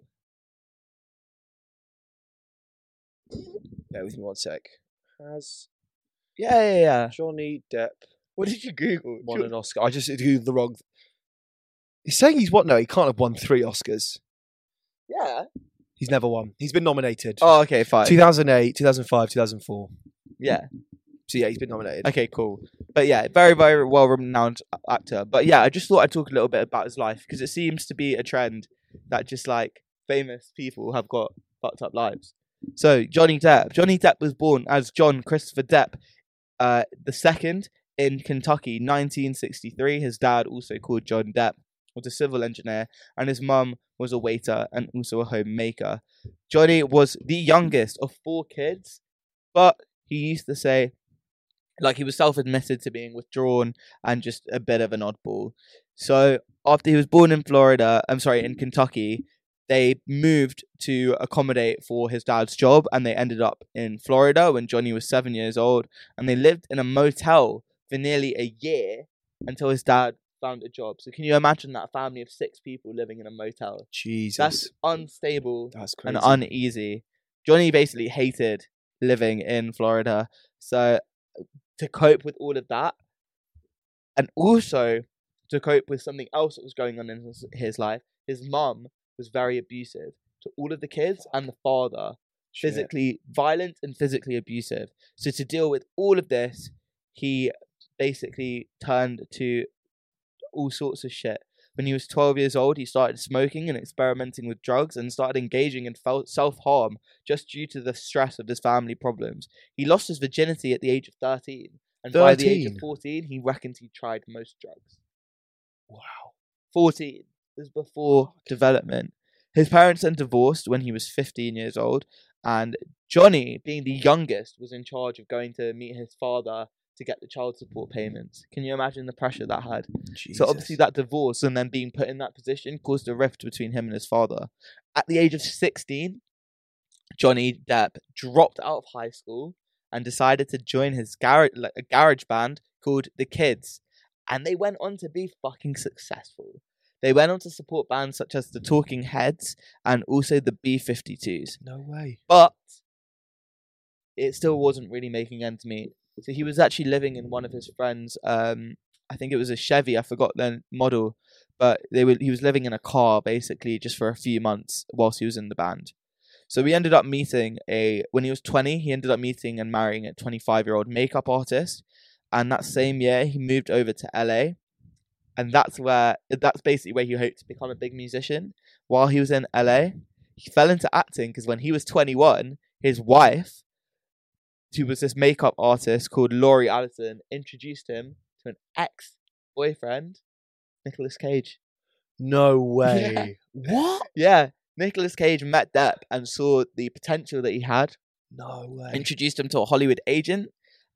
B: Bear with me one sec. Has
A: Yeah, yeah, yeah.
B: Johnny Depp
A: What did you Google?
B: won an Oscar? I just did the wrong. th- He's saying he's what? No, he can't have won three Oscars.
A: Yeah.
B: He's never won. He's been nominated.
A: Oh, okay, fine.
B: 2008, 2005, 2004.
A: Yeah.
B: So yeah, he's been nominated.
A: Okay, cool. But yeah, very, very well renowned actor. But yeah, I just thought I'd talk a little bit about his life because it seems to be a trend that just like famous people have got fucked up lives. So Johnny Depp. Johnny Depp was born as John Christopher Depp uh, the second in Kentucky, 1963. His dad, also called John Depp, was a civil engineer, and his mum was a waiter and also a homemaker. Johnny was the youngest of four kids, but he used to say like he was self-admitted to being withdrawn and just a bit of an oddball. So after he was born in Florida, I'm sorry, in Kentucky, they moved to accommodate for his dad's job, and they ended up in Florida when Johnny was seven years old, and they lived in a motel for nearly a year until his dad found a job. So can you imagine that family of six people living in a motel?
B: Jesus,
A: That's unstable
B: that's crazy.
A: and uneasy. Johnny basically hated living in Florida. So to cope with all of that, and also to cope with something else that was going on in his, his life, his mum was very abusive to all of the kids and the father,
B: Shit.
A: physically violent and physically abusive. So to deal with all of this, he basically turned to all sorts of shit. When he was 12 years old, he started smoking and experimenting with drugs and started engaging in self harm just due to the stress of his family problems. He lost his virginity at the age of 13, and by the age of
B: 13?
A: 14, he reckoned he tried most drugs.
B: Wow.
A: 14 is before development. His parents then divorced when he was 15 years old, and Johnny, being the youngest, was in charge of going to meet his father to get the child support payments. Can you imagine the pressure that had? So obviously that divorce and then being put in that position caused a rift between him and his father. At the age of 16, Johnny Depp dropped out of high school and decided to join his garage like a garage band called The Kids. And they went on to be fucking successful. They went on to support bands such as the Talking Heads and also the B52s
B: no way.
A: but it still wasn't really making ends meet. So he was actually living in one of his friends. Um, I think it was a Chevy. I forgot the model, but they were. He was living in a car basically just for a few months whilst he was in the band. So we ended up meeting a when he was twenty. He ended up meeting and marrying a twenty-five-year-old makeup artist, and that same year he moved over to LA, and that's where that's basically where he hoped to become a big musician. While he was in LA, he fell into acting because when he was 21, his wife, who was this makeup artist called Laurie Allison, introduced him to an ex boyfriend, Nicolas Cage.
B: No way. What?
A: Yeah, Nicolas Cage met Depp and saw the potential that he had,
B: No way.
A: introduced him to a Hollywood agent.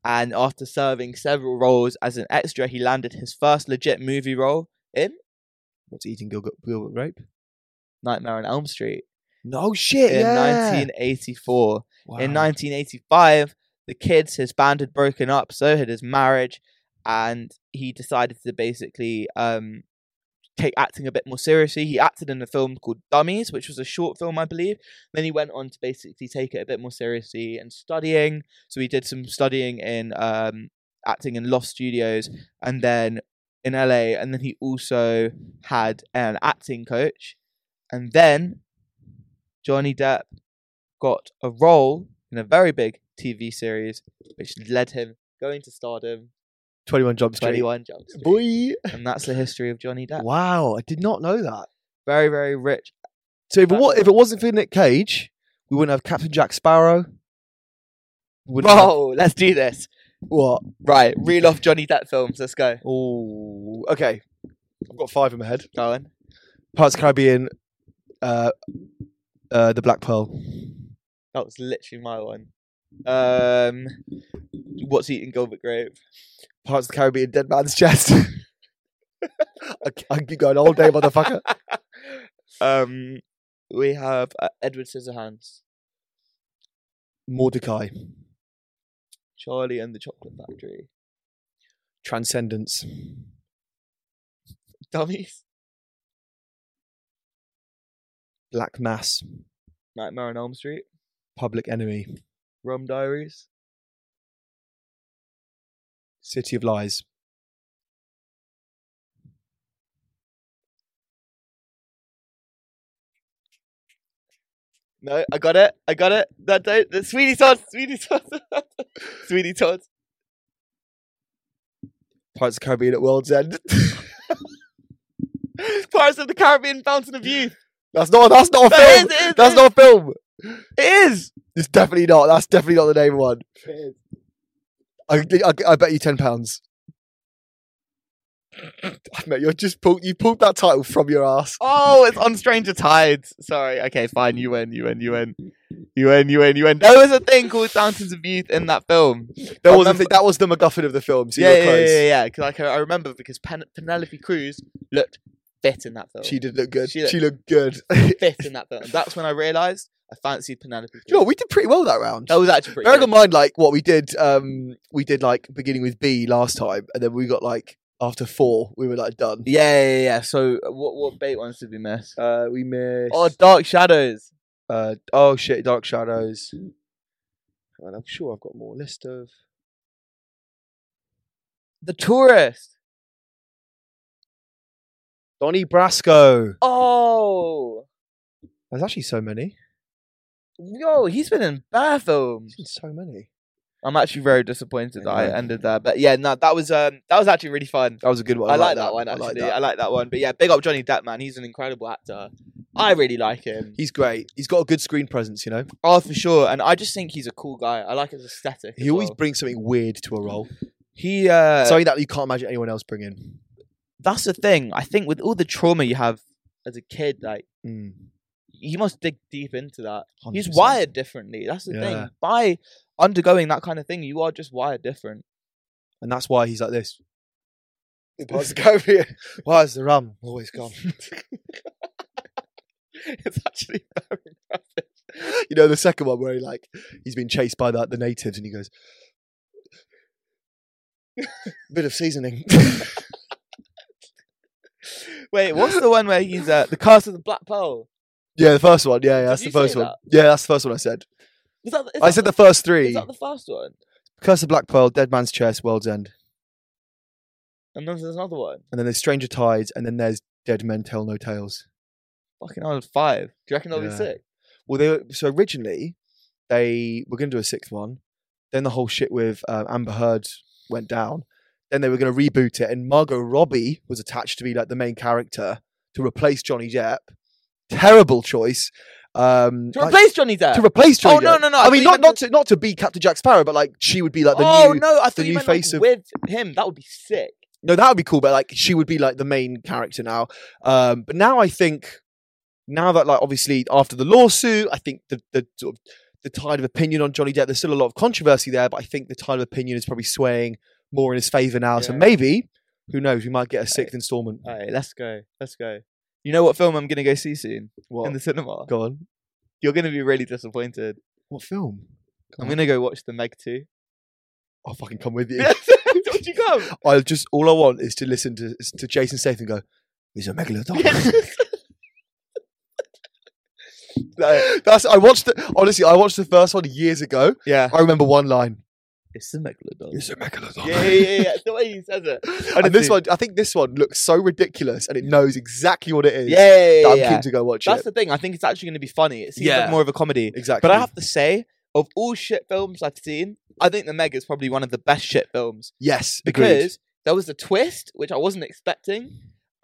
A: And after serving several roles as an extra, he landed his first legit movie role in
B: What's eating Gilbert, Gilbert Grape?
A: Nightmare on Elm Street
B: No shit.
A: in
B: yeah.
A: 1984.
B: Wow.
A: In 1985, the kids, his band had broken up, so had his marriage, and he decided to basically um, take acting a bit more seriously. He acted in a film called Dummies, which was a short film, I believe. Then he went on to basically take it a bit more seriously and studying. So he did some studying in um, acting in Lost Studios, and then in LA, and then he also had an acting coach, and then Johnny Depp got a role in a very big TV series, which led him going to stardom.
B: 21 Jump Street.
A: Twenty One Jump Street,
B: Boy.
A: and that's the history of Johnny Depp.
B: Wow, I did not know that.
A: Very, very rich.
B: So if it,
A: That's-
B: wa- if it wasn't for Nick Cage, we wouldn't have Captain Jack Sparrow. We wouldn't have-
A: Whoa, let's do this.
B: what?
A: Right, reel off Johnny Depp films. Let's go.
B: Oh, okay. I've got five in my head.
A: Go on.
B: Parts of the Caribbean, uh, uh, The Black Pearl.
A: That was literally my one. Um, what's eating Gilbert Grape?
B: Parts of the Caribbean, Dead Man's Chest. I, c- I can keep going all day, motherfucker.
A: Um, we have uh, Edward Scissorhands,
B: Mordecai,
A: Charlie and the Chocolate Factory,
B: Transcendence,
A: Dummies,
B: Black Mass,
A: Nightmare on Elm Street,
B: Public Enemy,
A: Rum Diaries,
B: City of Lies,
A: No, I got it. I got it. That don't. The Sweeney Todd. Sweeney Todd. Sweeney Todd.
B: Pirates of the Caribbean at World's End.
A: Pirates of the Caribbean: Fountain of Youth.
B: That's not. That's not a
A: That is, it is, it is.
B: film. Oh, That's not a film.
A: It is.
B: It's definitely not. That's definitely not the name of one. I, I, I bet you ten pounds. Mate, you just pulled you pulled that title from your ass.
A: Oh, it's on Stranger Tides. Sorry. Okay, fine. You win. You win. You win. You win. You win. You win. There was a thing called Fountains of Youth in that film. I
B: That was the
A: remember-
B: thi- that was the MacGuffin of the film. So
A: yeah,
B: you were
A: yeah, yeah,
B: close.
A: yeah, yeah. Because like, I I remember because Pen- Penelope Cruz looked fit in that film.
B: She did look good.
A: She
B: She
A: looked-
B: looked, good. you
A: fit in that film. That's when I realised I fancied Penelope. Cruz.
B: know, what, we did pretty well that round.
A: that was actually pretty.
B: Bearing
A: Good.
B: in mind, like what we did, um, we did like beginning with B last time, and then we got like after four, we were like done.
A: Yeah, yeah, yeah. So uh, what what bait ones did we miss?
B: Uh, we missed.
A: Oh, Dark Shadows.
B: Uh, oh shit, Dark Shadows. And I'm sure I've got more list of.
A: The Tourist.
B: Donnie Brasco.
A: Oh,
B: There's actually so many.
A: yo, he's been in bad films.
B: There's so many.
A: I'm actually very disappointed that I
B: Anyway.
A: ended there, but yeah, no, that was um, that was actually really fun.
B: That was a good one.
A: I, like that, one actually. I like that. one. But yeah, big up Johnny Depp, man. He's an incredible actor. I really like him.
B: He's great. He's got a good screen presence, you know.
A: oh, for sure. And I just think he's a cool guy. I like his aesthetic.
B: He
A: as
B: always
A: well.
B: brings something weird to a role,
A: he. Uh,
B: something that you can't imagine anyone else bringing.
A: that's the thing. I think with all the trauma you have as a kid, like
B: Mm,
A: you must dig deep into that. He's
B: 100%.
A: wired differently. That's the
B: Yeah.
A: thing. By undergoing that kind of thing, you are just wired different.
B: and that's why he's like this. Why's the Caribbean? Why's the rum always gone?
A: it's actually very impressive.
B: You know the second one where he like he's been chased by the, the natives, and he goes, "Bit of seasoning."
A: Wait, what's the one where he's uh, the cast of the Black Pearl?
B: yeah, the first one. Yeah, yeah that's
A: you
B: the first
A: say
B: one.
A: that?
B: Yeah, that's the first one I said.
A: Is that, is
B: I
A: that
B: said the first three:
A: Is that the first one?
B: Curse of Black Pearl, Dead Man's Chest, World's End.
A: And then there's another one.
B: and then there's Stranger Tides, and then there's Dead Men Tell No Tales.
A: Fucking hell, there's five. Do you reckon that'll be
B: Yeah.
A: sick?
B: Well, they were, so originally they were going to do a sixth one, then the whole shit with um, Amber Heard went down. Then they were going to reboot it, and Margot Robbie was attached to be like the main character to replace Johnny Depp. Terrible choice. Um,
A: To
B: like-
A: replace Johnny Depp.
B: to replace Johnny.
A: Oh, no,
B: Depp.
A: no, no, I
B: I,
A: thought
B: mean,
A: you
B: not
A: meant
B: not to not to be Captain Jack Sparrow, but like she would be like the
A: oh
B: new.
A: no, I thought
B: the
A: you
B: new
A: meant
B: face
A: like,
B: of-
A: with him. That would be sick.
B: No, that would be cool, but like she would be like the main character now. Um, but now I think now that like obviously after the lawsuit, I think the the sort of the tide of opinion on Johnny Depp, there's still a lot of controversy there, but I think the tide of opinion is probably swaying more in his favour now. So
A: Yeah. Uh,
B: maybe, who knows, we might get a sixth instalment.
A: All right, let's go. Let's go. You know what film I'm gonna go see soon
B: What?
A: in the cinema?
B: Go on.
A: You're gonna be really disappointed.
B: What film?
A: I'm
B: Come on.
A: gonna go watch the Meg Two.
B: I'll fucking come with you.
A: Don't you come?
B: I'll just all I want is to listen to is to Jason Statham go. He's a megalodon. Like, That's I watched. The, honestly, I watched the first one years ago.
A: yeah,
B: I remember one line.
A: it's the megalodon.
B: It's a megalodon.
A: Yeah, yeah, yeah, yeah. The way he says it.
B: and
A: Honestly.
B: this one, I think this one looks so ridiculous, and it knows exactly what it is.
A: Yeah, yeah, yeah,
B: that I'm
A: yeah.
B: keen to go watch
A: That's
B: it.
A: the thing. I think it's actually gonna be funny. It seems like
B: Yeah.
A: more of a comedy.
B: exactly.
A: But I have to say, of all shit films I've seen, I think the Meg is probably one of the best shit films
B: yes,
A: because
B: agreed.
A: there was a twist which I wasn't expecting.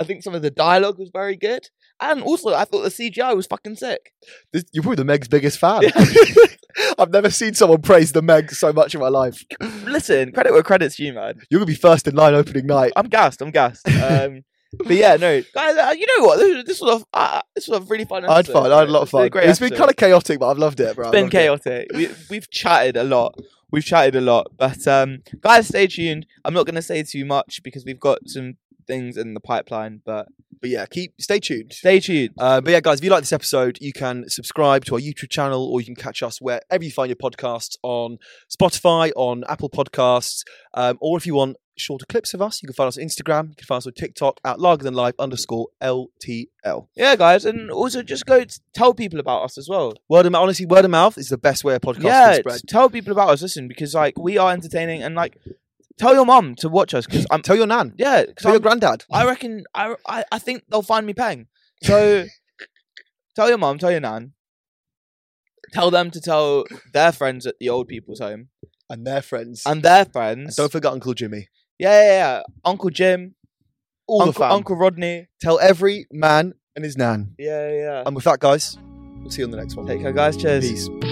A: I think some of the dialogue was very good, and also I thought the CGI was fucking sick.
B: This- you're probably the Meg's biggest fan. I've never seen someone praise the Meg so much in my life.
A: Listen, credit where credit's due, man.
B: You're gonna be first in line opening night.
A: I'm gassed. I'm gassed. Um, but yeah, no, guys, uh, you know what? This, this was a uh, this was a really fun.
B: I had
A: Episode.
B: fun. I had a lot of
A: It's been
B: fun.
A: great
B: it's been
A: episode.
B: kind of chaotic, but I've loved it, bro.
A: It's
B: I've
A: been
B: loved
A: chaotic.
B: it.
A: We, we've chatted a lot. We've chatted a lot, but um, guys, stay tuned. I'm not going to say too much because we've got some things in the pipeline, but
B: But yeah, keep stay tuned.
A: stay tuned.
B: Uh, but yeah, guys, if you like this episode, you can subscribe to our YouTube channel or you can catch us wherever you find your podcasts on Spotify, on Apple Podcasts, um, or if you want shorter clips of us, you can find us on Instagram, you can find us on TikTok at larger than live underscore LTL.
A: Yeah, guys, and also just go t- tell people about us as well.
B: Word of mouth, honestly, word of mouth is the best way a podcast
A: yeah,
B: can spread.
A: t- tell people about us. Listen, because like we are entertaining, and like tell your mum to watch us because I'm
B: Tell your nan,
A: yeah. Cause
B: tell your
A: I'm,
B: granddad.
A: I reckon I, I I think they'll find me paying. So tell your mum, tell your nan, tell them to tell their friends at the old people's home
B: and their friends. And
A: and their friends.
B: don't forget Uncle Jimmy.
A: yeah, yeah, yeah. Uncle Jim,
B: All the
A: Uncle,
B: fam.
A: Uncle Rodney.
B: Tell every man and his nan.
A: Yeah, yeah.
B: And with that, guys, we'll see you on the next one.
A: Take care, guys. Cheers.
B: Um, Peace.